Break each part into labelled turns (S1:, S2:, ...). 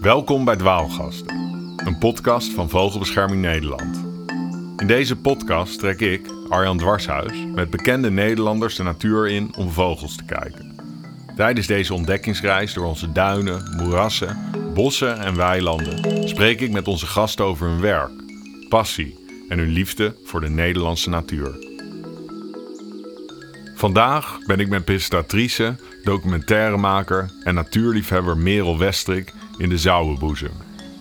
S1: Welkom bij Dwaalgasten, een podcast van Vogelbescherming Nederland. In deze podcast trek ik, Arjan Dwarshuis, met bekende Nederlanders de natuur in om vogels te kijken. Tijdens deze ontdekkingsreis door onze duinen, moerassen, bossen en weilanden spreek ik met onze gasten over hun werk, passie en hun liefde voor de Nederlandse natuur. Vandaag ben ik met presentatrice, documentairemaker en natuurliefhebber Merel Westrik in de Zouwenboezem.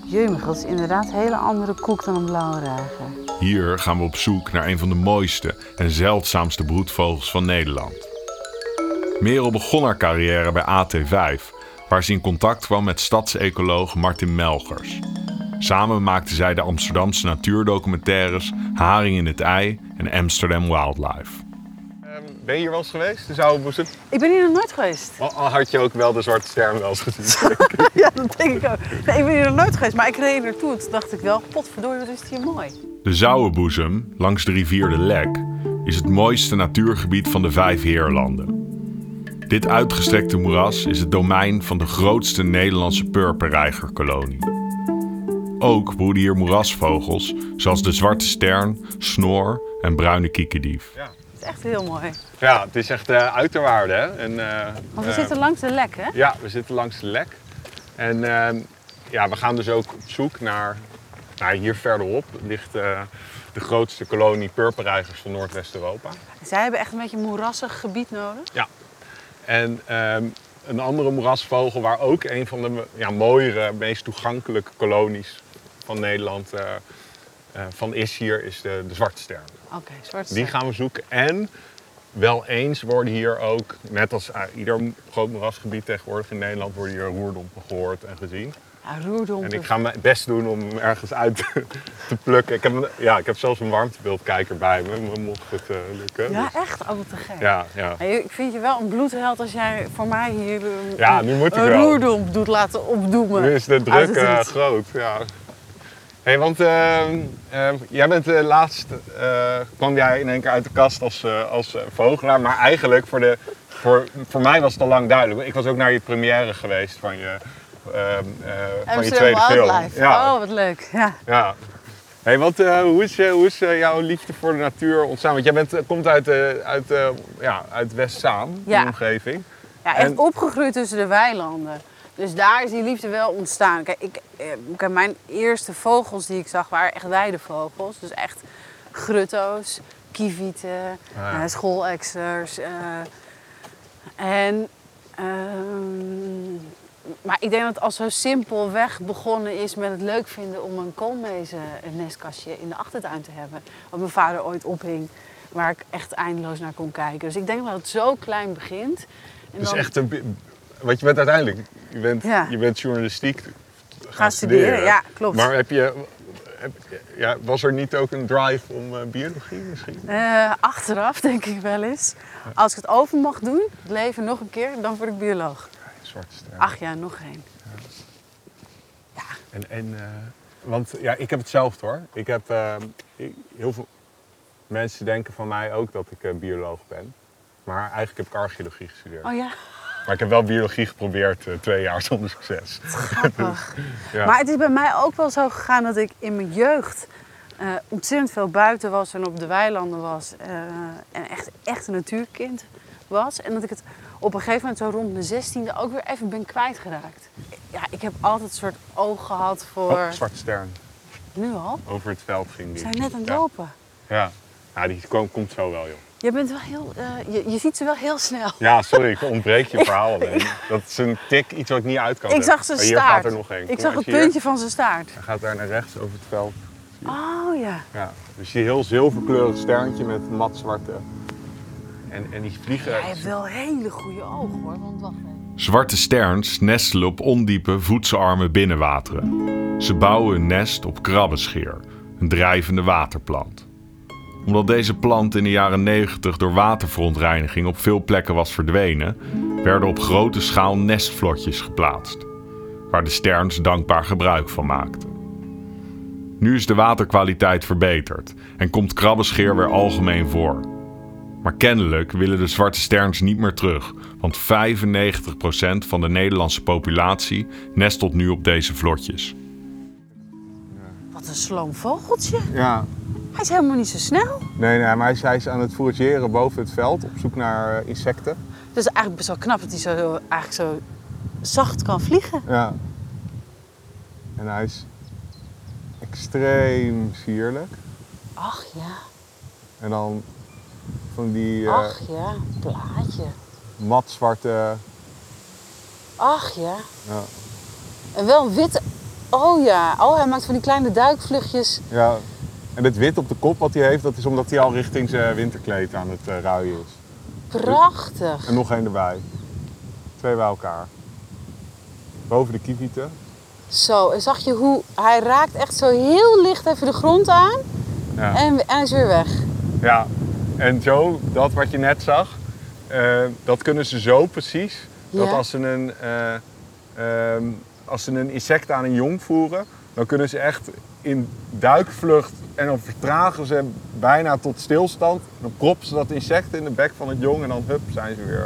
S2: Jumig, dat is inderdaad een hele andere koek dan een blauwe rager.
S1: Hier gaan we op zoek naar een van de mooiste en zeldzaamste broedvogels van Nederland. Merel begon haar carrière bij AT5, waar ze in contact kwam met stadsecoloog Martin Melgers. Samen maakten zij de Amsterdamse natuurdocumentaires Haring in het Ei en Amsterdam Wildlife.
S3: Ehm, ben je hier wel eens geweest? De Zouwenboezem?
S2: Ik ben hier nog nooit geweest.
S3: Al, al had je ook wel de Zwarte Ster wel eens gezien.
S2: ja, dat denk ik ook. Nee, ik ben hier nog nooit geweest, maar ik reed hier naartoe en toen dacht ik wel, potverdorie, wat is het hier mooi.
S1: De Zouwenboezem, langs de rivier de Lek, is het mooiste natuurgebied van de Vijf Heerlanden. Dit uitgestrekte moeras is het domein van de grootste Nederlandse purperreigerkolonie. Ook broeden hier moerasvogels zoals de zwarte stern, snor en bruine kiekendief.
S3: ja.
S2: Het is echt heel mooi.
S3: ja, het is echt eh uiterwaarde. Hè? En, eh,
S2: Want we
S3: eh,
S2: zitten langs de lek, hè?
S3: Ja, we zitten langs de lek. En ehm, ja, we gaan dus ook op zoek naar... Nou, hier verderop ligt eh, de grootste kolonie purperreigers van Noordwest-Europa.
S2: Zij hebben echt een beetje een moerassig gebied nodig.
S3: Ja. En ehm, een andere moerasvogel waar ook een van de ja, mooiere, meest toegankelijke kolonies van Nederland eh, eh, van is hier, is de, de zwarte ster.
S2: Oké, zwarte
S3: Die
S2: ster.
S3: gaan we zoeken. En wel eens worden hier ook, net als eh, ieder groot moerasgebied tegenwoordig in Nederland, worden hier roerdompen gehoord en gezien.
S2: Ja, roerdompen.
S3: En ik ga mijn best doen om hem ergens uit te, te plukken. Ik heb, een- ja, ik heb zelfs een warmtebeeldkijker bij me, mo- mocht het eh, lukken.
S2: Ja,
S3: Dus-
S2: echt? Oh, wat te gek.
S3: ja, ja.
S2: Hey, ik vind je wel een bloedheld als jij voor mij hier een,
S3: Ja, nu moet ik
S2: een
S3: wel.
S2: roerdomp doet laten opdoemen.
S3: Nu is de
S2: uit
S3: druk
S2: het
S3: eh,
S2: riet.
S3: groot, ja. hey, want ehm, ehm, jij bent eh, laatst, eh, kwam jij in één keer uit de kast als, eh, als eh, vogelaar. Maar eigenlijk, voor, de, voor, voor mij was het al lang duidelijk. Ik was ook naar je première geweest van je, ehm, eh, van je tweede
S2: Amsterdam Wildlife.
S3: film. Ja,
S2: Oh, wat leuk. Ja.
S3: ja. hey, want eh, hoe is, eh, hoe is eh, jouw liefde voor de natuur ontstaan? Want jij bent, eh, komt uit, eh, uit, eh, ja, uit West-Zaam,
S2: Ja.
S3: die omgeving.
S2: Ja, echt
S3: En-
S2: opgegroeid tussen de weilanden. Dus daar is die liefde wel ontstaan. Kijk, ik, eh, kijk, mijn eerste vogels die ik zag waren echt weidevogels. Dus echt grutto's, kievieten,
S3: Ah, ja.
S2: eh, schoolexers. eh. en, ehm, maar ik denk dat het al zo simpelweg begonnen is met het leuk vinden om een koolmezen een nestkastje in de achtertuin te hebben. Wat mijn vader ooit ophing, waar ik echt eindeloos naar kon kijken. Dus ik denk dat het zo klein begint. En
S3: Dus
S2: dan-
S3: echt een. bi- Want je bent uiteindelijk. Je bent,
S2: Ja.
S3: je bent journalistiek gaan,
S2: Gaan studeren, ja, klopt.
S3: Maar heb je. heb- ja, was er niet ook een drive om eh, biologie misschien?
S2: Eh, achteraf denk ik wel eens. Als ik het over mag doen, het leven nog een keer, dan word ik bioloog.
S3: Zwarte ster.
S2: Ach ja, nog één.
S3: En, en, eh, want ja, ik heb hetzelfde hoor. Ik heb. eh, ik- heel veel mensen denken van mij ook dat ik eh, bioloog ben. Maar eigenlijk heb ik archeologie gestudeerd.
S2: Oh ja,
S3: Maar ik heb wel biologie geprobeerd eh, twee jaar zonder succes.
S2: grappig.
S3: Ja.
S2: Maar het is bij mij ook wel zo gegaan dat ik in mijn jeugd eh, ontzettend veel buiten was en op de weilanden was. eh, en echt, echt een natuurkind was. En dat ik het op een gegeven moment zo rond mijn zestiende ook weer even ben kwijtgeraakt. Ja, ik heb altijd een soort oog gehad voor...
S3: Oh, zwarte stern.
S2: Nu al?
S3: Over het veld ging die.
S2: We zijn net aan het
S3: Ja.
S2: lopen.
S3: Ja. Ja, die komt, komt zo wel, joh.
S2: Je, bent wel heel, eh, je, je ziet ze wel heel snel.
S3: Ja, sorry, ik ontbreek je verhaal alleen. Dat is een tik, iets wat ik niet uit kan
S2: Ik
S3: leggen.
S2: zag zijn
S3: Maar hier
S2: staart.
S3: gaat er nog één.
S2: Ik
S3: Kom,
S2: zag
S3: als
S2: het
S3: je hier-
S2: puntje van zijn staart.
S3: Hij gaat daar naar rechts over het veld.
S2: Oh ja.
S3: Ja. Dus die heel zilverkleurig sterntje met mat zwarte. En, en die vliegen.
S2: Hij heeft wel hele goede ogen hoor. Want wacht even.
S1: Zwarte sterns nestelen op ondiepe, voedselarme binnenwateren. Ze bouwen een nest op krabbescheer, een drijvende waterplant. Omdat deze plant in de jaren 90 door waterverontreiniging op veel plekken was verdwenen, werden op grote schaal nestvlotjes geplaatst, waar de sterns dankbaar gebruik van maakten. Nu is de waterkwaliteit verbeterd en komt krabbescheer weer algemeen voor. Maar kennelijk willen de zwarte sterns niet meer terug, want 95% van de Nederlandse populatie nestelt nu op deze vlotjes.
S2: Wat een sloom vogeltje.
S3: Ja,
S2: Hij is helemaal niet zo snel.
S3: nee, nee, maar hij is, hij is aan het fourageren boven het veld op zoek naar eh, insecten.
S2: Dus eigenlijk best wel knap dat hij zo, eigenlijk zo zacht kan vliegen.
S3: Ja. En hij is extreem sierlijk.
S2: Ach ja,
S3: En dan van die eh,
S2: ach ja, plaatje.
S3: matzwarte.
S2: Ach ja.
S3: Ja.
S2: En wel een witte... Oh ja, oh hij maakt van die kleine duikvluchtjes.
S3: ja. En het wit op de kop wat hij heeft, dat is omdat hij al richting zijn winterkleed aan het eh, ruien is.
S2: Prachtig.
S3: En nog één erbij. Twee bij elkaar. Boven de kievieten.
S2: Zo, en zag je hoe hij raakt echt zo heel licht even de grond aan
S3: Ja.
S2: en, en hij is weer weg.
S3: Ja, en Joe, dat wat je net zag, eh, dat kunnen ze zo precies. Dat
S2: Ja.
S3: als ze, een, eh, ehm, als ze een insect aan een jong voeren, dan kunnen ze echt in duikvlucht en dan vertragen ze bijna tot stilstand. Dan proppen ze dat insect in de bek van het jong en dan hup, zijn ze weer. eh,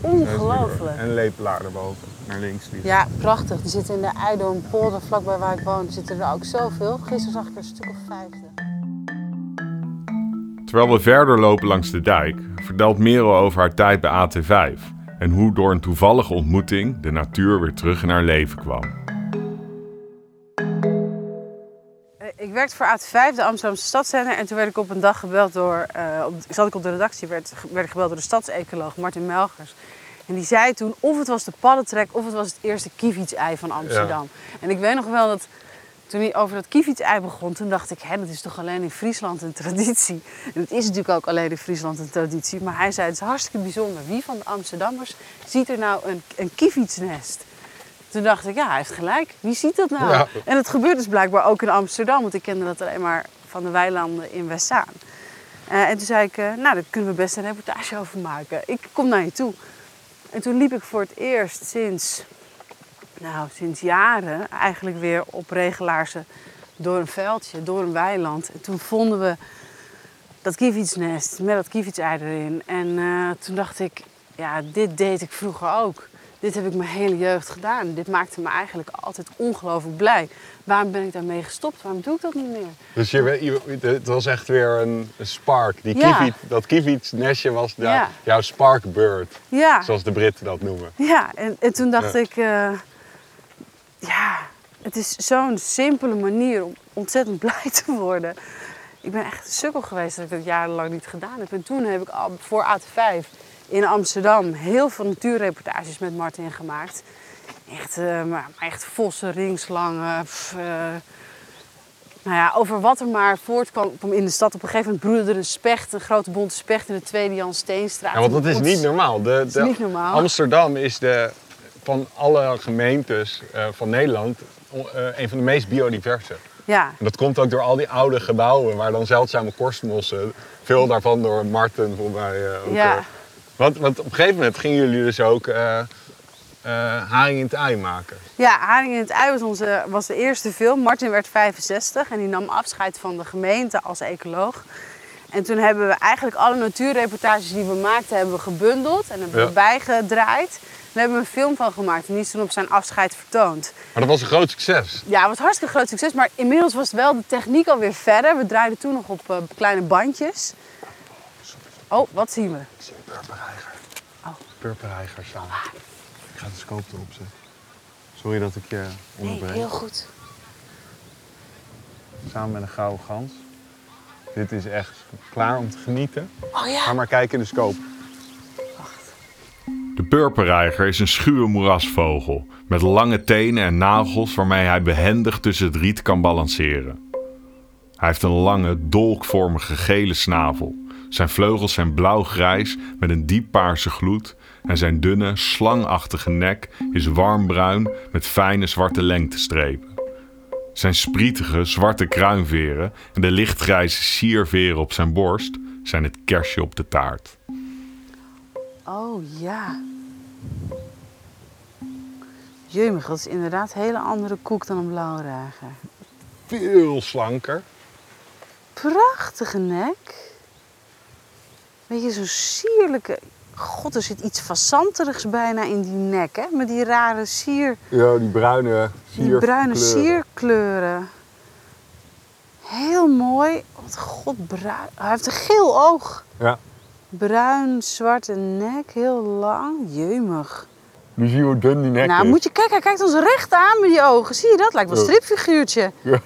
S3: zijn ze weer-
S2: Ongelooflijk.
S3: En een lepelaar erboven, naar links. Die.
S2: Ja, prachtig. Die zitten in de Eidoornpolder, vlakbij waar ik woon, zitten er ook zoveel. Gisteren zag ik er een stuk of vijftig.
S1: Terwijl we verder lopen langs de dijk, vertelt Merel over haar tijd bij AT5 en hoe door een toevallige ontmoeting de natuur weer terug in haar leven kwam.
S2: Eh, Ik werkte voor AT5, de Amsterdamse stadszender. En toen werd ik op een dag gebeld door... eh, op, zat ik op de redactie, werd, werd ik gebeld door de stadsecoloog Martin Melgers. En die zei toen of het was de paddentrek of het was het eerste kievietsei van Amsterdam. En ik weet nog wel dat toen hij over dat kievietsei begon... toen dacht ik, hè, dat is toch alleen in Friesland een traditie? En het is natuurlijk ook alleen in Friesland een traditie. Maar hij zei, het is hartstikke bijzonder. Wie van de Amsterdammers ziet er nou een, een kievietsnest? Toen dacht ik, ja, hij heeft gelijk. Wie ziet dat nou?
S3: Ja.
S2: En het gebeurt dus blijkbaar ook in Amsterdam, want ik kende dat alleen maar van de weilanden in Westzaan. Eh, en toen zei ik, eh, nou, daar kunnen we best een reportage over maken. Ik kom naar je toe. En toen liep ik voor het eerst sinds, nou, sinds jaren eigenlijk weer op regelaarse door een veldje, door een weiland. En toen vonden we dat kievietsnest met dat kievietsei erin. En eh, toen dacht ik, ja, dit deed ik vroeger ook. Dit heb ik mijn hele jeugd gedaan. Dit maakte me eigenlijk altijd ongelooflijk blij. Waarom ben ik daarmee gestopt? Waarom doe ik dat niet meer?
S3: Dus je, we- je- het was echt weer een, een spark. Die
S2: Ja.
S3: kieviet, dat kievietsnestje was daar-
S2: Ja.
S3: jouw sparkbird,
S2: Ja,
S3: zoals de Britten dat noemen.
S2: ja. En, en toen dacht
S3: Ja.
S2: ik, eh, ja, het is zo'n simpele manier om ontzettend blij te worden. Ik ben echt een sukkel geweest dat ik dat jarenlang niet gedaan heb. En toen heb ik al voor AT5 in Amsterdam heel veel natuurreportages met Martin gemaakt. Echt, eh, maar maar echt vossen, ringslangen, pff, eh, nou ja, over wat er maar voortkwam kwam in de stad. Op een gegeven moment broedde er een specht, een grote bonte specht in de Tweede Jan Steenstraat.
S3: Ja, want dat is niet normaal. De,
S2: is
S3: de-
S2: niet normaal.
S3: Amsterdam is de, van alle gemeentes eh, van Nederland o- eh, een van de meest biodiverse.
S2: Ja,
S3: En dat komt ook door al die oude gebouwen, waar dan zeldzame korstmossen, veel daarvan door Marten volgens mij eh, ook.
S2: Ja.
S3: eh, want, want op een gegeven moment gingen jullie dus ook eh, eh, haring in het ei maken.
S2: Ja, Haring in het Ei was, onze, was de eerste film. Martin werd 65 en die nam afscheid van de gemeente als ecoloog. En toen hebben we eigenlijk alle natuurreportages die we maakten hebben we gebundeld en hebben we
S3: Ja.
S2: bijgedraaid. En daar hebben we een film van gemaakt en die is toen op zijn afscheid vertoond.
S3: Maar dat was een groot succes.
S2: Ja, het was hartstikke groot succes, maar inmiddels was wel de techniek alweer verder. We draaiden toen nog op eh, kleine bandjes. Oh, wat zien we?
S3: Ik zie een purperijger.
S2: Oh.
S3: Purperijger staan. Ik ga de scope erop zetten. Sorry dat ik je
S2: Nee,
S3: onderbreek.
S2: heel goed.
S3: Samen met een gouden gans. Dit is echt klaar om te genieten.
S2: Oh
S3: Ga
S2: ja,
S3: maar kijken in de scope.
S1: De purperreiger is een schuwe moerasvogel met lange tenen en nagels waarmee hij behendig tussen het riet kan balanceren. Hij heeft een lange, dolkvormige gele snavel. Zijn vleugels zijn blauw-grijs met een diep paarse gloed en zijn dunne, slangachtige nek is warmbruin met fijne zwarte lengtestrepen. Zijn sprietige, zwarte kruinveren en de lichtgrijze sierveren op zijn borst zijn het kersje op de taart.
S2: Oh ja. Jumig, dat is inderdaad een hele andere koek dan een blauwe rager.
S3: Veel slanker.
S2: Prachtige nek. Weet je, zo'n sierlijke... God, er zit iets fazanterigs bijna in die nek, hè? Met die rare sier...
S3: Ja, die bruine sier.
S2: Die bruine sierkleuren. Heel mooi. Wat god, bruin. Hij heeft een geel oog.
S3: Ja.
S2: Bruin, zwarte nek, heel lang. Jeumig.
S3: Nu zie je hoe dun die nek
S2: nou,
S3: is.
S2: moet je kijken, hij kijkt ons recht aan met die ogen. Zie je dat? Lijkt wel een
S3: Ja.
S2: stripfiguurtje.
S3: Ja.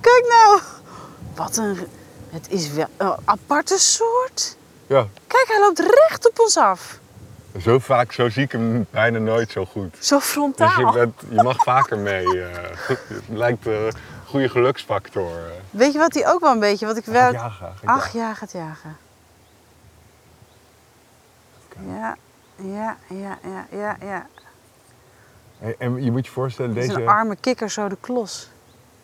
S2: Kijk nou. Wat een... Het is wel een aparte soort.
S3: Ja,
S2: Kijk, hij loopt recht op ons af.
S3: zo vaak, zo zie ik hem bijna nooit zo goed.
S2: Zo
S3: Dus je,
S2: frontaal.
S3: bent, je mag vaker mee. eh. het lijkt een goede geluksfactor. eh.
S2: Weet je wat hij ook wel een beetje... Wat ik wel...
S3: Ja, graag. Ik
S2: Ach ja, gaat jagen. Ja, ja, ja, ja, ja, ja.
S3: En, en je moet je voorstellen,
S2: Het is een
S3: deze,
S2: arme kikker zo de klos.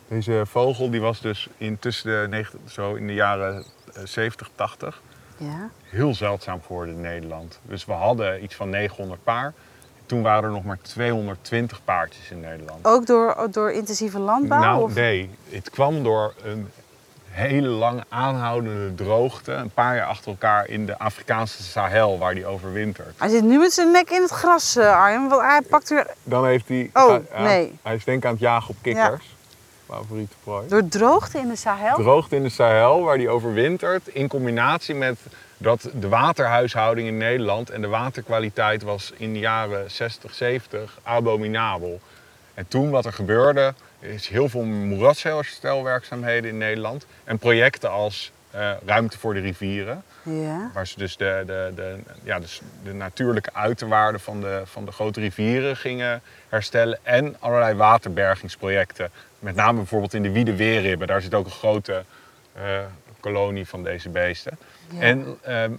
S3: deze vogel die was dus in, tussen de, 90 zo in de jaren eh, 70, 80
S2: Ja,
S3: heel zeldzaam geworden in Nederland. Dus we hadden iets van 900 paar. Toen waren er nog maar 220 paardjes in Nederland.
S2: ook door, door intensieve landbouw?
S3: nou,
S2: Oh, of?
S3: nee. Het kwam door een hele lang aanhoudende droogte. Een paar jaar achter elkaar in de Afrikaanse Sahel, waar die overwintert.
S2: Hij zit nu met zijn nek in het gras, eh, Arjen. Want hij pakt weer...
S3: Dan heeft hij...
S2: Oh,
S3: hij- hij-
S2: nee.
S3: Hij is denk ik aan het jagen op kikkers. Favoriete prooi.
S2: Door droogte in de Sahel?
S3: droogt in de Sahel, waar die overwintert. In combinatie met dat de waterhuishouding in Nederland en de waterkwaliteit was in de jaren 60, 70 abominabel. En toen wat er gebeurde, is heel veel moerasherstelwerkzaamheden in Nederland. En projecten als eh, ruimte voor de rivieren.
S2: ja.
S3: Waar ze dus de, de, de, ja, dus de natuurlijke uiterwaarden van de, van de grote rivieren gingen herstellen. En allerlei waterbergingsprojecten. Met name bijvoorbeeld in de Wiedeweerribben. Daar zit ook een grote eh, kolonie van deze beesten.
S2: Ja.
S3: En ehm,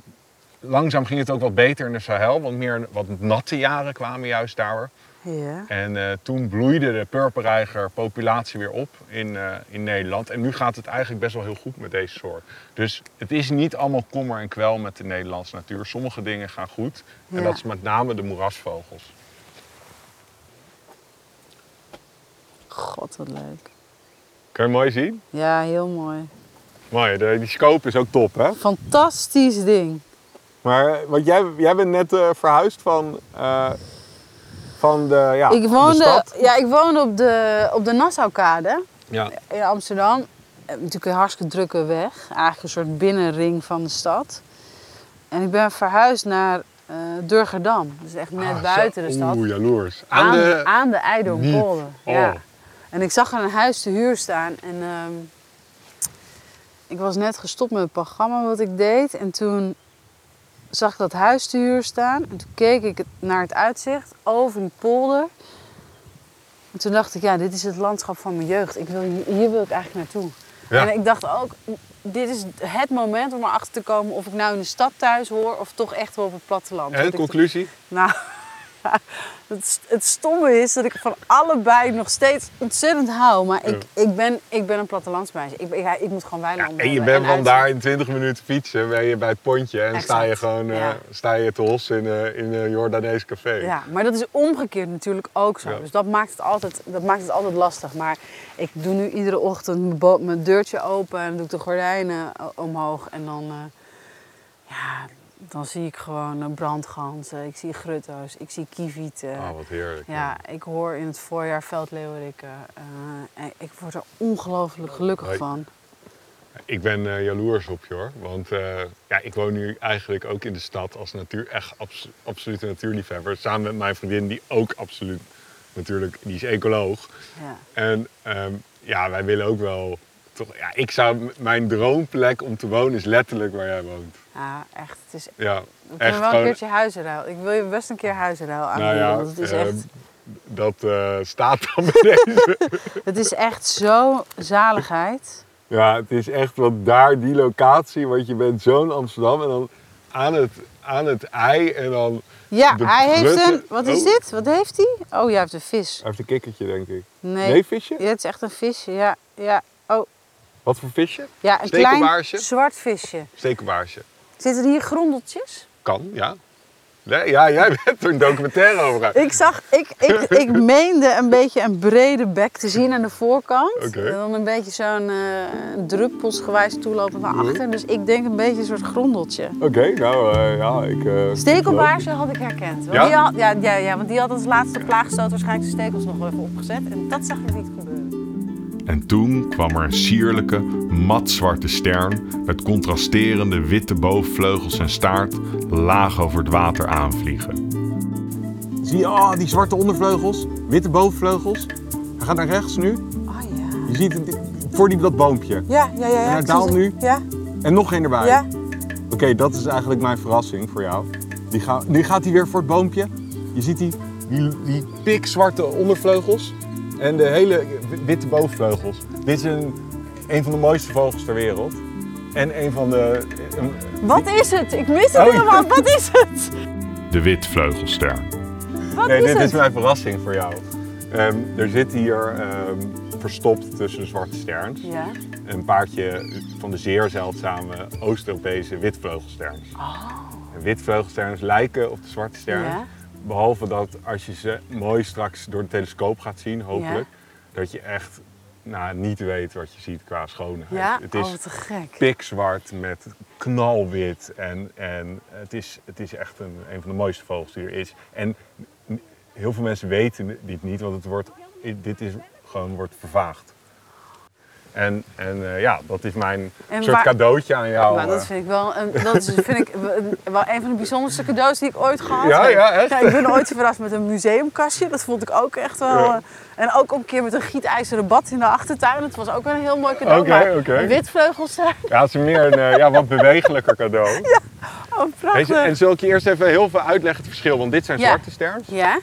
S3: langzaam ging het ook wat beter in de Sahel. Want meer wat natte jaren kwamen juist daar.
S2: ja.
S3: En eh, toen bloeide de purperreiger populatie weer op in, eh, in Nederland. En nu gaat het eigenlijk best wel heel goed met deze soort. Dus het is niet allemaal kommer en kwel met de Nederlandse natuur. Sommige dingen gaan goed.
S2: Ja.
S3: En dat is met name de moerasvogels.
S2: God, wat leuk.
S3: Kun je mooi zien?
S2: Ja, heel mooi.
S3: Mooi, de- die scope is ook top, hè?
S2: Fantastisch ding.
S3: Maar eh, want jij, jij bent net eh, verhuisd van, eh, van de, ja,
S2: ik
S3: de
S2: woonde,
S3: stad.
S2: ja, ik woonde op de, op de Nassaukade.
S3: Ja.
S2: in Amsterdam. eh, Natuurlijk een hartstikke drukke weg. Eigenlijk een soort binnenring van de stad. En ik ben verhuisd naar eh Durgerdam. Dus echt net
S3: Ah,
S2: buiten
S3: zo-
S2: de stad.
S3: Oeh, jaloers. Aan,
S2: aan,
S3: de...
S2: aan de Eidoornpolder.
S3: Niet.
S2: Ja.
S3: Oh.
S2: En ik zag er een huis te huur staan. En ehm, ik was net gestopt met het programma wat ik deed. En toen zag ik dat huis te huur staan. En toen keek ik het- naar het uitzicht over die polder. En toen dacht ik, ja, dit is het landschap van mijn jeugd. Ik wil, hier- hier wil ik eigenlijk naartoe.
S3: Ja.
S2: En ik dacht ook, dit is het moment om erachter te komen of ik nou in de stad thuis hoor of toch echt wel op het platteland.
S3: En
S2: Want ik-
S3: conclusie?
S2: nou, het, st- het stomme is dat ik van allebei nog steeds ontzettend hou. Maar ik, ik, ben, ik ben een plattelandsmeisje. Ik, ben- ik, ik moet gewoon weiland
S3: Ja, en
S2: hebben
S3: je bent van
S2: uitzicht.
S3: daar in 20 minuten fietsen, ben je bij het pontje en sta je
S2: Exact,
S3: gewoon eh,
S2: ja.
S3: sta je te hossen in, eh, in een Jordanees café.
S2: Ja, maar dat is omgekeerd natuurlijk ook zo.
S3: Ja.
S2: Dus dat maakt, het altijd, dat maakt het altijd lastig. Maar ik doe nu iedere ochtend mijn, bo- mijn deurtje open en doe ik de gordijnen eh, omhoog. En dan, eh, ja, dan zie ik gewoon eh, brandganzen, ik zie grutto's, ik zie kievieten.
S3: Oh, wat heerlijk.
S2: Ja, ik hoor in het voorjaar veldleeuwerikken. eh, en ik word er ongelooflijk gelukkig
S3: Hoi.
S2: van.
S3: Ik ben eh, jaloers op je hoor, want eh, ja, ik woon nu eigenlijk ook in de stad als natuur, echt abs- absolute natuurliefhebber. Samen met mijn vriendin die ook absoluut, natuurlijk, die is ecoloog.
S2: Ja.
S3: En ehm, ja, wij willen ook wel, toch, ja, ik zou, m- mijn droomplek om te wonen is letterlijk waar jij woont.
S2: ja, echt. Het is, we
S3: Ja,
S2: kunnen wel een
S3: gewoon-
S2: keertje huizenruil. Ik wil je best een keer huizenruil aanbieden. want het, is
S3: ehm,
S2: echt,
S3: dat eh, staat dan bij deze.
S2: het is echt zo zaligheid.
S3: ja, het is echt wat daar, die locatie, want je bent zo in Amsterdam en dan aan het, aan het ei en dan...
S2: Ja,
S3: De
S2: hij heeft
S3: prutten-
S2: een... Wat is
S3: Oh.
S2: dit? Wat heeft hij? Oh, jij heeft een vis.
S3: Hij heeft een kikkertje, denk ik.
S2: Nee.
S3: visje?
S2: Ja, het is echt een visje. Ja, ja. Oh,
S3: Wat voor visje?
S2: ja, een klein
S3: Stekelbaarsje?
S2: zwart visje.
S3: Stekelbaarsje.
S2: Zitten hier grondeltjes?
S3: Kan, ja. Nee, ja, jij bent er een documentaire over. gaan.
S2: Ik zag, ik, ik, ik meende een beetje een brede bek te zien aan de voorkant.
S3: Oké.
S2: En dan een beetje zo'n eh druppelsgewijs toelopen naar achter. Dus ik denk een beetje een soort grondeltje.
S3: Oké, nou eh, ja, ik. eh,
S2: Stekelbaarsje had ik herkend. Want
S3: Ja?
S2: Die had, ja, ja, ja, want die had als laatste plaagstoot waarschijnlijk zijn stekels nog wel even opgezet. En dat zag ik niet gebeuren.
S1: En toen kwam er een sierlijke, matzwarte stern met contrasterende witte bovenvleugels en staart laag over het water aanvliegen.
S3: Zie je ah, die zwarte ondervleugels, witte bovenvleugels. Hij gaat naar rechts nu.
S2: Oh ja.
S3: Je ziet het voor die, dat boompje.
S2: Ja, ja, ja. ja.
S3: En hij
S2: ik
S3: daalt
S2: zie ze.
S3: nu.
S2: Ja,
S3: En nog één erbij.
S2: ja.
S3: Oké, dat is eigenlijk mijn verrassing voor jou. Die ga, nu gaat hij weer voor het boompje. Je ziet die, die, die pikzwarte ondervleugels en de hele wi- witte bovenvleugels. Dit is een, een van de mooiste vogels ter wereld. En een van de... een-
S2: Wat is het? Ik mis het
S3: Oh, ja.
S2: helemaal. Wat is het?
S1: De witvleugelstern.
S2: Wat
S3: nee,
S2: is
S3: dit
S2: het?
S3: is mijn verrassing voor jou. Ehm, er zit hier ehm, verstopt tussen zwarte sterns
S2: Ja.
S3: een paardje van de zeer zeldzame Oost-Europese witvleugelsterns. En Witvleugelsterns lijken op de zwarte stern.
S2: Oh. Ja.
S3: Behalve dat als je ze mooi straks door de telescoop gaat zien, hopelijk, dat je echt nou, niet weet wat je ziet qua schoonheid.
S2: Ja,
S3: het
S2: oh,
S3: is
S2: wat te gek.
S3: pikzwart met knalwit en, en het, is, het is echt een, een van de mooiste vogels die er is. En n- heel veel mensen weten dit niet, want het wordt, dit is gewoon wordt vervaagd. En, en eh, ja, dat is mijn
S2: En
S3: soort
S2: waar-
S3: cadeautje aan jou.
S2: Maar Nou, dat
S3: eh.
S2: vind ik wel, een, dat is, vind ik een- wel een van de bijzonderste cadeaus die ik ooit gehad
S3: Ja,
S2: heb.
S3: ja, echt?
S2: ik ben ooit verrast met een museumkastje. Dat vond ik ook echt wel.
S3: Ja.
S2: eh, En ook een keer met een gietijzeren bad in de achtertuin. Dat was ook wel een heel mooi cadeau.
S3: Oké,
S2: maar
S3: oké.
S2: een witvleugels zijn.
S3: Ja, het is meer een eh, ja, wat bewegelijker cadeau.
S2: Oh,
S3: Weet
S2: prachtig.
S3: je, en zal ik je eerst even heel veel uitleggen het verschil, want dit zijn
S2: Ja.
S3: zwarte sterns.
S2: Ja?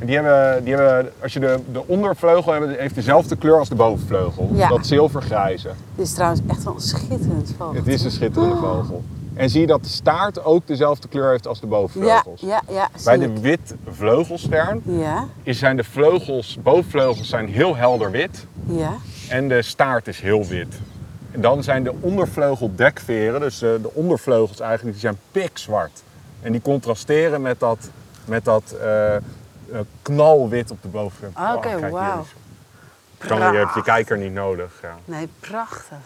S3: En die hebben, die hebben, als je de, de ondervleugel hebt, heeft dezelfde kleur als de bovenvleugel.
S2: Ja.
S3: Dat zilvergrijze.
S2: Dit is trouwens echt wel een schitterend vogel.
S3: Het is een schitterende vogel. En zie je dat de staart ook dezelfde kleur heeft als de
S2: Ja,
S3: bovenvleugels.
S2: ja, ja. zie
S3: Bij de
S2: ik.
S3: witvleugelstern
S2: Ja,
S3: is- zijn de vleugels, bovenvleugels zijn heel helder wit
S2: ja.
S3: en de staart is heel wit. En dan zijn de ondervleugeldekveren, dus eh, de ondervleugels eigenlijk, die zijn pikzwart. En die contrasteren met dat, met dat eh, eh, knalwit op de Oh, bovenkant.
S2: Oké, wauw.
S3: Dan heb je hebt je kijker niet nodig. Ja.
S2: Nee, prachtig.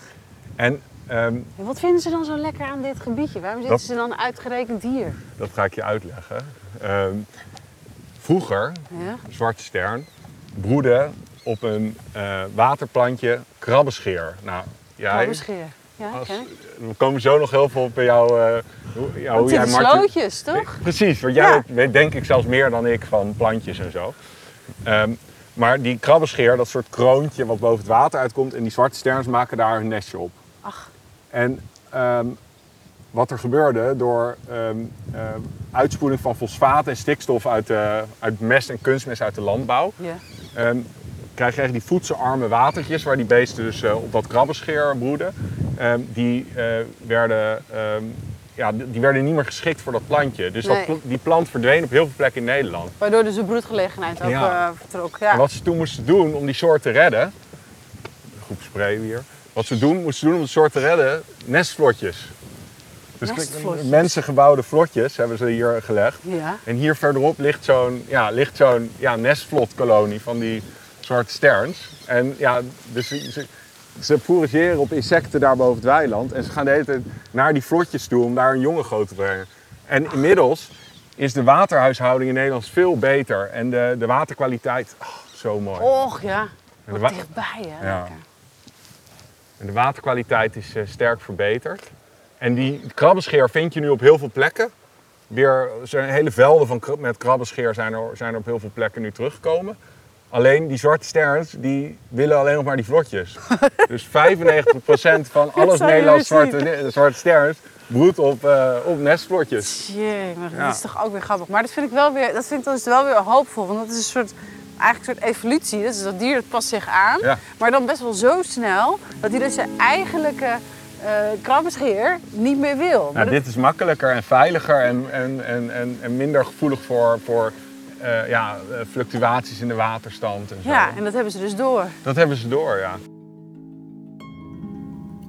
S3: En ehm,
S2: En wat vinden ze dan zo lekker aan dit gebiedje? Waarom zitten
S3: Dat-
S2: ze dan uitgerekend hier?
S3: dat ga ik je uitleggen. Ehm, vroeger
S2: Ja?
S3: zwarte stern broedde op een eh, waterplantje krabbescheer. Nou, jij,
S2: Krabbescheer. Ja,
S3: als-
S2: ken ik.
S3: we komen zo nog heel veel op bij jou. eh, hoe- ja, hoe
S2: Het zijn
S3: Martin-
S2: slootjes, toch?
S3: Precies, want jij
S2: Ja.
S3: weet denk ik zelfs meer dan ik van plantjes en zo. Ehm, maar die krabbescheer, dat soort kroontje wat boven het water uitkomt... en die zwarte sterns maken daar hun nestje op.
S2: Ach.
S3: En ehm, wat er gebeurde door ehm, ehm, uitspoeling van fosfaat en stikstof... Uit, de- uit mest en kunstmest uit de landbouw...
S2: Ja.
S3: Ehm, krijg je echt die voedselarme watertjes waar die beesten dus eh, op dat krabbescheer broeden. Ehm, die, eh, werden, ehm, ja, d- die werden niet meer geschikt voor dat plantje. Dus
S2: Nee.
S3: dat, pl- die plant verdween op heel veel plekken in Nederland.
S2: Waardoor dus de broedgelegenheid ook
S3: Ja.
S2: eh, vertrok. Ja.
S3: En wat ze toen moesten doen om die soort te redden, groep spray weer. Wat ze doen, moesten doen om de soort te redden, nestvlotjes. Dus
S2: Nestvlotjes.
S3: mensen gebouwde vlotjes hebben ze hier gelegd.
S2: Ja.
S3: En hier verderop ligt zo'n ja, ligt zo'n ja, nestvlotkolonie van die zwarte sterns. En ja, dus ze, ze, ze fourageren op insecten daar boven het weiland. En ze gaan de hele tijd naar die vlotjes toe om daar een jongen groot te brengen. En inmiddels is de waterhuishouding in Nederland veel beter. En de, de waterkwaliteit, oh, zo mooi.
S2: Och ja,
S3: En de,
S2: wat
S3: wa-
S2: dichtbij hè.
S3: Ja.
S2: lekker.
S3: en de waterkwaliteit is eh, sterk verbeterd. En die krabbescheer vind je nu op heel veel plekken. Weer eh, zijn hele velden van, krab- met krabbescheer zijn er, zijn er op heel veel plekken nu teruggekomen. Alleen die zwarte sterns, die willen alleen nog maar die vlotjes. Dus 95% van alles
S2: zou je
S3: Nederlands
S2: weer zien.
S3: zwarte, zwarte sterns broedt op, eh, op nestvlotjes.
S2: Jee, maar
S3: Ja.
S2: dat is toch ook weer grappig. Maar dat vind ik wel weer, dat vind ik dan dus wel weer hoopvol. Want dat is een soort, eigenlijk een soort evolutie. Dat is dat dier dat past zich aan.
S3: Ja.
S2: Maar dan best wel zo snel dat hij dus zijn eigenlijke eh krabbescheer niet meer wil. Maar
S3: Nou,
S2: dat-
S3: dit is makkelijker en veiliger en, en, en, en, en minder gevoelig voor, voor eh, ja, eh, fluctuaties in de waterstand en zo.
S2: ja, en dat hebben ze dus door.
S3: Dat hebben ze door, ja.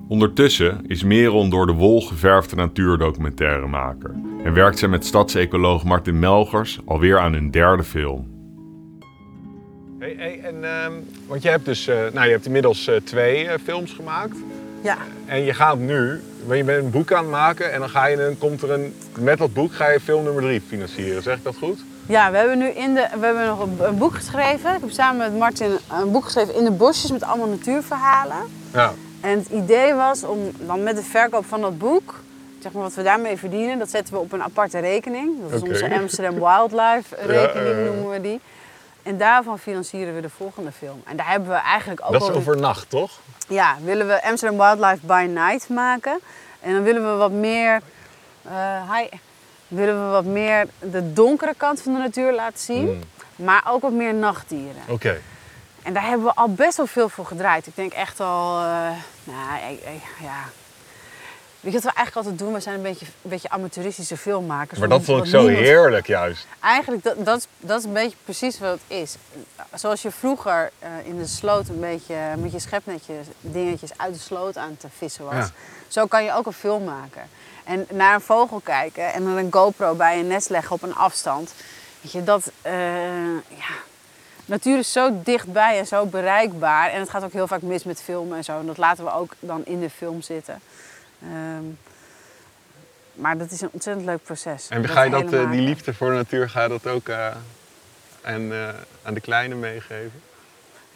S1: Ondertussen is Meron door de wol geverfde natuurdocumentaremaker en werkt zij met stadsecoloog Martin Melgers alweer aan hun derde film.
S3: Hey, hey, en, ehm, want je hebt dus eh, nou, je hebt inmiddels eh, twee eh, films gemaakt.
S2: Ja,
S3: En je gaat nu, want je bent een boek aan het maken en dan ga je een, komt er een, met dat boek ga je film nummer drie financieren. Zeg ik dat goed?
S2: ja we hebben nu in de, we hebben nog een, een boek geschreven. Ik heb samen met Martin een boek geschreven in de bosjes met allemaal natuurverhalen.
S3: Ja.
S2: En het idee was om dan met de verkoop van dat boek, zeg maar wat we daarmee verdienen, dat zetten we op een aparte rekening. Dat is
S3: Oké.
S2: onze Amsterdam Wildlife rekening
S3: ja, eh. ja.
S2: noemen we die. En daarvan financieren we de volgende film. En daar hebben we eigenlijk ook
S3: Dat is
S2: al de-
S3: overnacht, toch?
S2: ja, willen we Amsterdam Wildlife by Night maken. En dan willen we wat meer, eh, hi, willen we wat meer de donkere kant van de natuur laten zien.
S3: Mm.
S2: Maar ook wat meer nachtdieren.
S3: Oké.
S2: En daar hebben we al best wel veel voor gedraaid. Ik denk echt al, eh, nou, ik- ik- ja. Weet je wat we eigenlijk altijd doen? We zijn een beetje, een beetje amateuristische filmmakers.
S3: Maar dat
S2: Want-
S3: vond ik
S2: want
S3: zo
S2: niemand-
S3: heerlijk juist.
S2: Eigenlijk, dat, dat, is- dat is een beetje precies wat het is. Zoals je vroeger eh, in de sloot een beetje eh, met je schepnetjes dingetjes uit de sloot aan te vissen was.
S3: Ja.
S2: Zo kan je ook een film maken. En naar een vogel kijken en dan een GoPro bij een nest leggen op een afstand. Weet je, dat, eh, ja. Natuur is zo dichtbij en zo bereikbaar. En het gaat ook heel vaak mis met filmen en zo. En dat laten we ook dan in de film zitten. Ehm, maar dat is een ontzettend leuk proces.
S3: En ga je dat,
S2: hele
S3: eh, die
S2: maken.
S3: liefde voor de natuur, ga je dat ook eh, aan, eh, aan de kleine meegeven?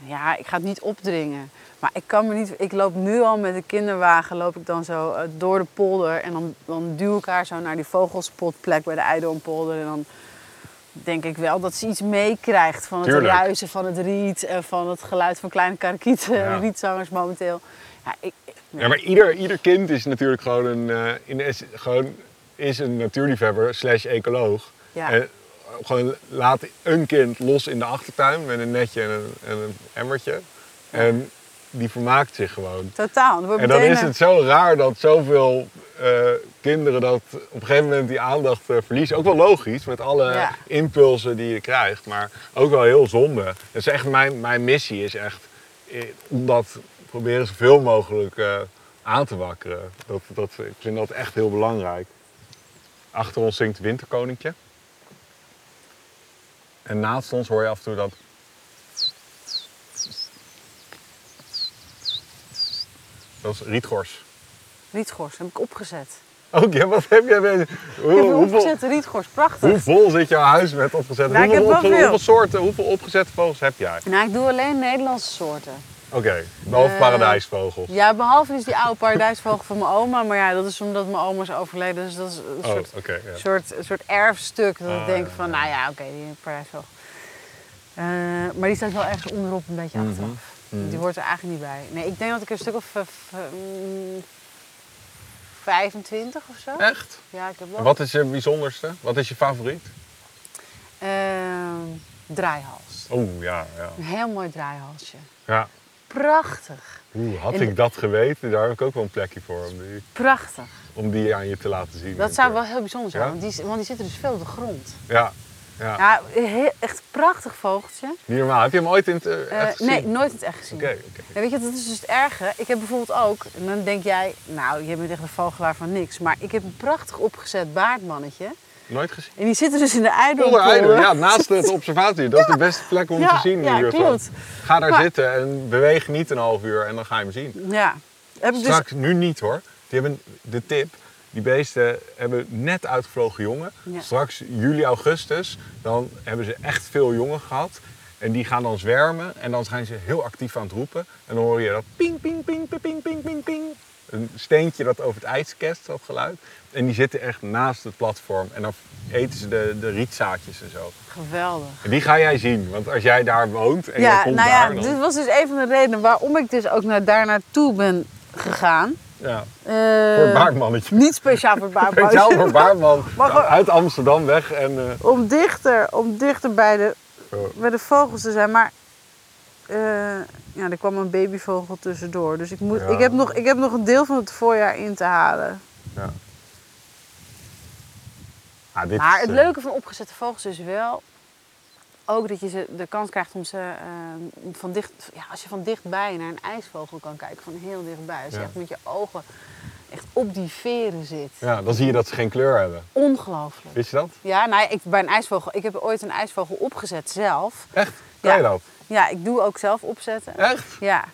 S2: Ja, ik ga het niet opdringen. Maar ik kan me niet. Ik loop nu al met de kinderwagen, loop ik dan zo eh, door de polder. En dan, dan duw ik haar zo naar die vogelspotplek bij de Eidoornpolder. En dan denk ik wel dat ze iets meekrijgt van het
S3: Tuurlijk.
S2: ruisen van het riet. En van het geluid van kleine karakieten,
S3: Ja.
S2: rietzangers momenteel. Ja, ik,
S3: Ja, maar ieder, ieder kind is natuurlijk gewoon een, eh, in es- gewoon, is een natuurliefhebber slash ecoloog.
S2: Ja.
S3: En gewoon laat een kind los in de achtertuin met een netje en een, en een emmertje. En die vermaakt zich gewoon.
S2: totaal. Er wordt
S3: En dan
S2: meteen
S3: is
S2: een-
S3: het zo raar dat zoveel eh, kinderen dat op een gegeven moment die aandacht eh, verliezen. Ook wel logisch, met alle
S2: Ja.
S3: impulsen die je krijgt, maar ook wel heel zonde. Dus echt mijn, mijn missie is echt eh, om dat proberen zoveel mogelijk eh, aan te wakkeren. Dat, dat, ik vind dat echt heel belangrijk. Achter ons zingt Winterkoninkje. En naast ons hoor je af en toe dat Dat is rietgors.
S2: Rietgors heb ik opgezet.
S3: Oké, wat heb jij bezig?
S2: Ik
S3: Hoe,
S2: heb
S3: hoeveel,
S2: opgezet rietgors, prachtig.
S3: hoe vol zit jouw huis met opgezette
S2: Nou, ik
S3: hoeveel,
S2: heb wel
S3: opge-
S2: veel.
S3: hoeveel soorten, hoeveel opgezette vogels heb jij?
S2: Nou, ik doe alleen Nederlandse soorten.
S3: Oké, behalve
S2: Eh,
S3: paradijsvogels.
S2: Ja, behalve is die oude paradijsvogel van mijn oma. Maar ja, dat is omdat mijn oma is overleden. Dus dat is een
S3: Oh,
S2: soort,
S3: oké. ja.
S2: soort, een soort erfstuk. Dat
S3: Ah,
S2: ik denk
S3: ja,
S2: van, nou ja, oké, die paradijsvogel. Eh, maar die staat wel ergens onderop een
S3: Mhm,
S2: beetje achteraf. Die hoort er eigenlijk niet bij. Nee, ik denk dat ik een stuk of eh, v- mm, 25 of zo.
S3: Echt?
S2: Ja, ik heb wel.
S3: En wat is je bijzonderste? Wat is je favoriet?
S2: Ehm, draaihals.
S3: Oeh, ja, ja.
S2: Een heel mooi draaihalsje.
S3: ja.
S2: Prachtig,
S3: Oeh, had
S2: En-
S3: ik dat geweten, daar heb ik ook wel een plekje voor om die,
S2: prachtig.
S3: om die aan je te laten zien.
S2: Dat zou wel heel bijzonder zijn,
S3: Ja?
S2: want, die, want die zitten dus veel op de grond.
S3: Ja, ja.
S2: Ja, heel- echt een prachtig vogeltje.
S3: Niet normaal. Heb je hem ooit in het eh,
S2: Eh,
S3: echt gezien?
S2: nee, nooit in het echt gezien.
S3: Oké, oké.
S2: Ja, weet je, dat is dus het erge. Ik heb bijvoorbeeld ook, en dan denk jij, nou, je bent echt een vogelaar van niks. Maar ik heb een prachtig opgezet baardmannetje.
S3: Nooit gezien.
S2: En die zitten dus in de
S3: Polder Eider,
S2: eidoornpolder.
S3: ja, naast het observatorium. Dat is de beste plek om
S2: Ja,
S3: te zien
S2: ja,
S3: hier.
S2: klopt.
S3: Ga daar
S2: Maar-
S3: zitten en beweeg niet een half uur en dan ga je hem zien.
S2: Ja. Heb ik dus,
S3: Straks, nu niet hoor. Die hebben de tip. Die beesten hebben net uitgevlogen jongen.
S2: Ja.
S3: Straks juli, augustus, dan hebben ze echt veel jongen gehad. En die gaan dan zwermen en dan zijn ze heel actief aan het roepen. En dan hoor je dat ping, ping, ping, ping, ping, ping, ping, ping. Een steentje dat over het ijs kerst, dat geluid. En die zitten echt naast het platform. En dan eten ze de, de rietzaadjes en zo.
S2: geweldig.
S3: En die ga jij zien, want als jij daar woont en jij
S2: Ja,
S3: komt
S2: nou ja,
S3: daar, dan...
S2: dit was dus een van de redenen waarom ik dus ook naar, daar naartoe ben gegaan.
S3: Ja,
S2: Eh,
S3: voor het baardmannetje.
S2: Niet speciaal voor het
S3: Speciaal
S2: baardmannetje.
S3: voor baardman
S2: Maar gewoon-
S3: uit Amsterdam weg en... eh,
S2: om dichter, om dichter bij de,
S3: Ja.
S2: bij de vogels te zijn. Maar eh, ja, er kwam een babyvogel tussendoor. Dus ik, moet,
S3: Ja.
S2: ik, heb nog, ik heb nog een deel van het voorjaar in te halen.
S3: ja. Ah, dit
S2: Maar
S3: is,
S2: het
S3: eh,
S2: leuke van opgezette vogels is wel... ook dat je ze de kans krijgt om ze eh, van dicht, ja, als je van dichtbij naar een ijsvogel kan kijken, van heel dichtbij. Als je
S3: Ja.
S2: echt met je ogen echt op die veren zit.
S3: Ja, dan zie je dat ze geen kleur hebben.
S2: Ongelooflijk.
S3: Wist je dat?
S2: Ja, nou, ja, ik, bij een ijsvogel, ik heb ooit een ijsvogel opgezet zelf.
S3: Echt? Kan je dat?
S2: Ja, ik doe ook zelf opzetten.
S3: Echt?
S2: Ja.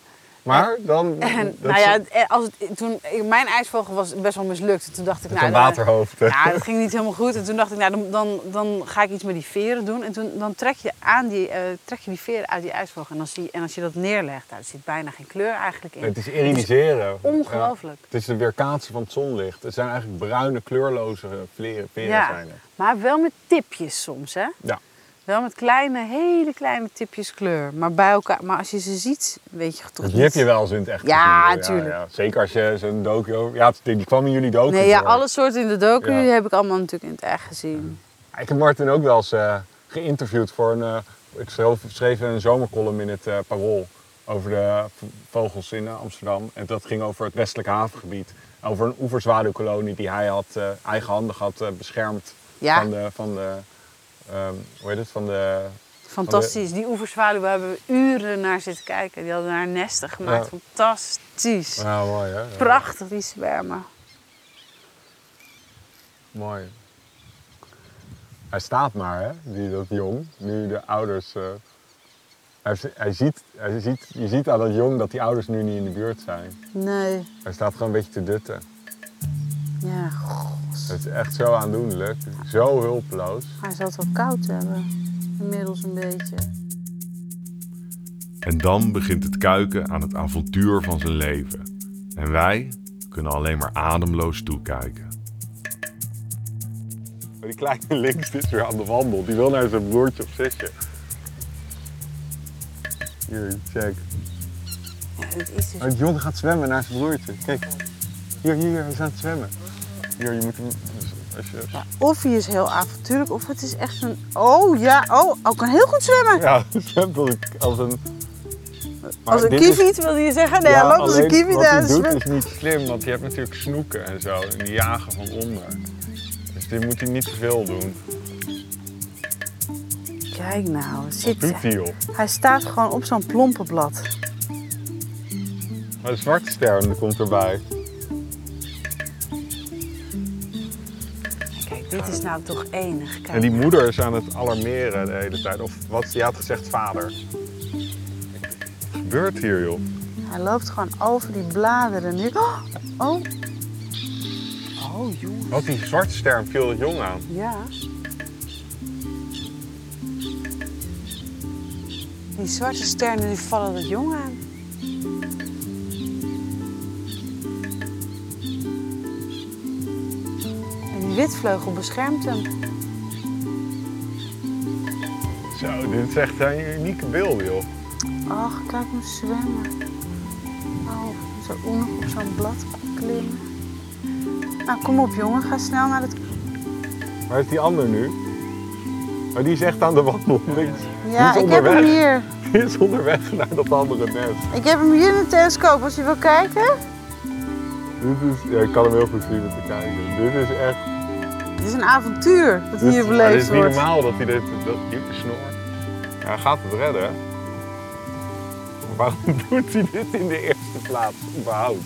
S3: Maar dan...
S2: En,
S3: dat
S2: nou
S3: ze-
S2: ja, eh, als het, toen, ik- mijn ijsvogel was best wel mislukt. Toen dacht ik,
S3: Met
S2: nou,
S3: een
S2: dan-
S3: waterhoofd.
S2: ja, dat ging niet helemaal goed. En toen dacht ik, nou, dan, dan, dan ga ik iets met die veren doen. En toen dan trek, je aan die, eh, trek je die veren uit die ijsvogel. En als, die, en als je dat neerlegt, daar zit bijna geen kleur eigenlijk in.
S3: Het is iridiseren.
S2: Ongelooflijk.
S3: Ja. Het is de weerkaatsen van het zonlicht. Het zijn eigenlijk bruine, kleurloze vleren, veren zijn het.
S2: maar wel met tipjes soms, hè?
S3: Ja.
S2: Wel met kleine, hele kleine tipjes kleur. Maar bij elkaar, maar als je ze ziet, weet je toch
S3: Dat
S2: niet-
S3: Dus heb je wel eens in het echt
S2: Ja,
S3: gezien.
S2: tuurlijk.
S3: Zeker als je zo'n docu... over- Ja, die die kwam in jullie docu
S2: Nee, ja,
S3: voor.
S2: alle soorten in de docu
S3: Ja.
S2: heb ik allemaal natuurlijk in het echt gezien.
S3: Ik heb Martin ook wel eens eh, geïnterviewd voor een... eh, ik schreef, schreef een zomercolumn in het eh, Parool over de v- vogels in eh, Amsterdam. En dat ging over het westelijk havengebied. Over een oeverzwaluwkolonie die hij had, eh, eigenhandig had eh, beschermd
S2: Ja.
S3: van de... Van de ehm, hoe heet het? Van de...
S2: Fantastisch. Die oeverzwaluwen hebben we uren naar zitten kijken. Die hadden daar nesten gemaakt.
S3: Ja.
S2: Fantastisch.
S3: Ja, mooi hè? Ja.
S2: Prachtig, die zwermen.
S3: Mooi. Hij staat maar, hè, die, dat jong. Nu de ouders. eh, hij, heeft- hij ziet, hij ziet, je ziet aan dat jong dat die ouders nu niet in de buurt zijn.
S2: Nee.
S3: Hij staat gewoon een beetje te dutten.
S2: Ja, gods.
S3: Het is echt zo aandoenlijk, zo hulpeloos.
S2: Hij zal het wel koud hebben. Inmiddels een beetje.
S1: En dan begint het kuiken aan het avontuur van zijn leven. En wij kunnen alleen maar ademloos toekijken.
S3: Maar die kleine links die is weer aan de wandel. Die wil naar zijn broertje of zusje. Hier, check.
S2: Ja, dit is dus...
S3: Oh, John gaat zwemmen naar zijn broertje. Kijk. Hier, hier, hij is aan het zwemmen. Hier, je moet hem... dus Als je...
S2: Ja, of hij is heel avontuurlijk, of het is echt een... Oh ja, oh, hij kan heel goed zwemmen.
S3: Ja, het zwemt als een- als een... Maar
S2: als een
S3: dit is-
S2: kieviet wil hij zeggen. Nee, hij loopt als een
S3: alleen
S2: kieviet
S3: wat hij
S2: en
S3: doet
S2: zwemt.
S3: is niet slim, want je hebt natuurlijk snoeken en zo. En die jagen van onder. Dus dit moet hij niet te veel doen.
S2: Kijk nou, het
S3: Wat
S2: zit
S3: doet hij, joh?
S2: Hij staat gewoon op zo'n plompenblad.
S3: Maar de zwarte ster die komt erbij.
S2: Kijk, dit is nou toch enig. Kijk.
S3: En die moeder is aan het alarmeren de hele tijd. Of wat, je had gezegd vader. Wat gebeurt hier, joh?
S2: Hij loopt gewoon over die bladeren nu. Oh! Oh, oh joh.
S3: Wat die zwarte ster viel het jong aan.
S2: Ja. Die zwarte sterren die vallen dat jong aan. En die witvleugel beschermt hem.
S3: Zo, dit is echt een unieke beeld, joh.
S2: Ach, kijk hem zwemmen. Oh, zo oenig op zo'n blad klimmen. Nou, kom op jongen, ga snel naar het...
S3: Waar is die ander nu? Maar die is echt aan de wandel. links.
S2: Ja,
S3: Die is
S2: ik heb hem hier.
S3: onderweg. Die is onderweg naar dat andere nest.
S2: Ik heb hem hier in de telescoop als je wil kijken.
S3: Dit is, ja, ik kan hem heel goed zien om te kijken. Dit is echt...
S2: Het is een avontuur dat
S3: Dit,
S2: hier
S3: maar dit
S2: beleefd
S3: is niet
S2: wordt.
S3: normaal dat hij dit... Dat, die snor. Ja, hij gaat het redden, hè? Maar Waarom doet hij dit in de eerste plaats überhaupt?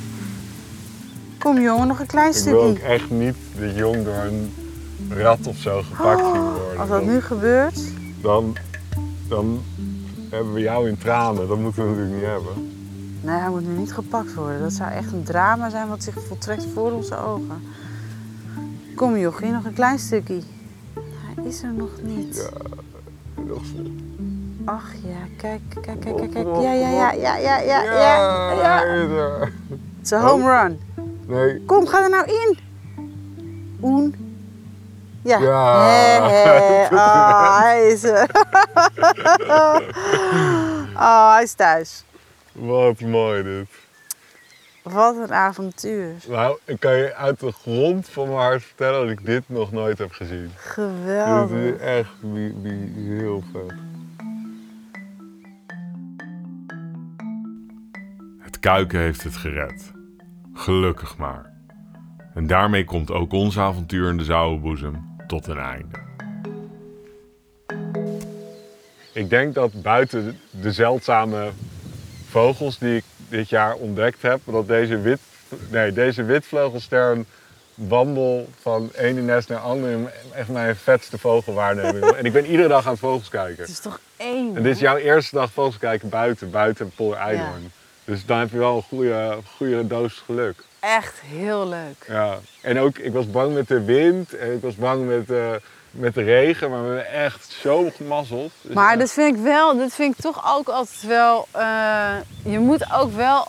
S2: Kom jongen, nog een klein
S3: Ik wil ook
S2: stukje.
S3: echt niet de jong door een rat of zo gepakt zien worden.
S2: Oh, Als dat nu gebeurt.
S3: Dan, dan hebben we jou in tranen. Dat moeten we natuurlijk niet hebben.
S2: Nee, hij moet nu niet gepakt worden. Dat zou echt een drama zijn wat zich voltrekt voor onze ogen. Kom jochie, nog een klein stukje. Hij is er nog niet.
S3: Nog zo.
S2: Ach ja, kijk, kijk, kijk, kijk. kijk.
S3: Kom op,
S2: Ja, ja, ja,
S3: kom
S2: ja, ja, ja, ja, ja.
S3: ja.
S2: Het is een home run.
S3: Nee,
S2: Kom, ga er nou in. Oen. Ja.
S3: Ja.
S2: Hé, hé. Ah, hij is er. oh, hij is thuis.
S3: wat mooi dit.
S2: Wat een avontuur.
S3: Nou, ik kan je uit de grond van mijn hart vertellen dat ik dit nog nooit heb gezien. Dit
S2: Geweldig.
S3: is echt bi- bi- heel vet.
S1: Het kuiken heeft het gered. Gelukkig maar. En daarmee komt ook ons avontuur in de Zouwenboezem tot een einde.
S3: ik denk dat buiten de- de zeldzame vogels die ik dit jaar ontdekt heb, dat deze, wit, nee, deze witvleugelstern wandel van ene nest naar andere echt mijn vetste vogelwaarneming. en ik ben iedere dag aan het vogels kijken.
S2: Het is toch één.
S3: En dit is
S2: hè?
S3: jouw eerste dag vogels kijken buiten, buiten Poor Eidoorn. Dus dan heb je wel een goede, goede doos geluk.
S2: Echt heel leuk.
S3: Ja, en ook, ik was bang met de wind en ik was bang met, eh, met de regen, maar we hebben echt zo gemazzeld. Dus
S2: Maar
S3: echt-
S2: dat vind ik wel, dat vind ik toch ook altijd wel. eh, je moet ook wel,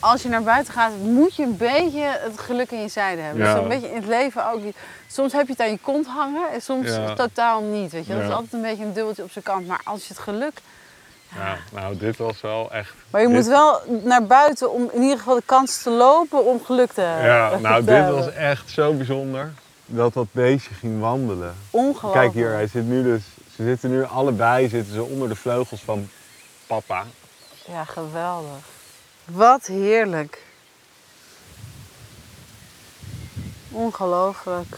S2: als je naar buiten gaat, moet je een beetje het geluk in je zijde hebben.
S3: Ja.
S2: Dus een beetje in het leven ook. je- Soms heb je het aan je kont hangen en soms
S3: Ja.
S2: totaal niet. Weet je, dat is
S3: Ja.
S2: altijd een beetje een dubbeltje op zijn kant. Maar als je het geluk.
S3: Ja, nou, dit was wel echt...
S2: Maar je
S3: dit-
S2: moet wel naar buiten om in ieder geval de kans te lopen om geluk te
S3: Ja,
S2: te
S3: nou, dit
S2: hebben.
S3: was echt zo bijzonder dat dat beestje ging wandelen.
S2: Ongelooflijk.
S3: Kijk hier, hij zit nu dus, ze zitten nu allebei zitten ze onder de vleugels van papa.
S2: Ja, geweldig. Wat heerlijk. Ongelooflijk.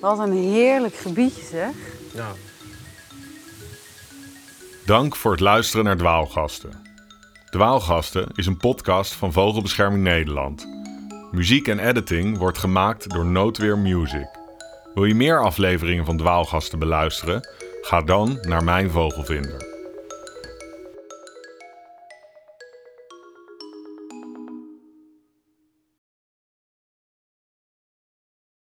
S2: Wat een heerlijk gebiedje zeg.
S3: Ja.
S1: Dank voor het luisteren naar Dwaalgasten. Dwaalgasten is een podcast van Vogelbescherming Nederland. Muziek en editing wordt gemaakt door Noodweer Music. Wil je meer afleveringen van Dwaalgasten beluisteren? Ga dan naar Mijn Vogelvinder.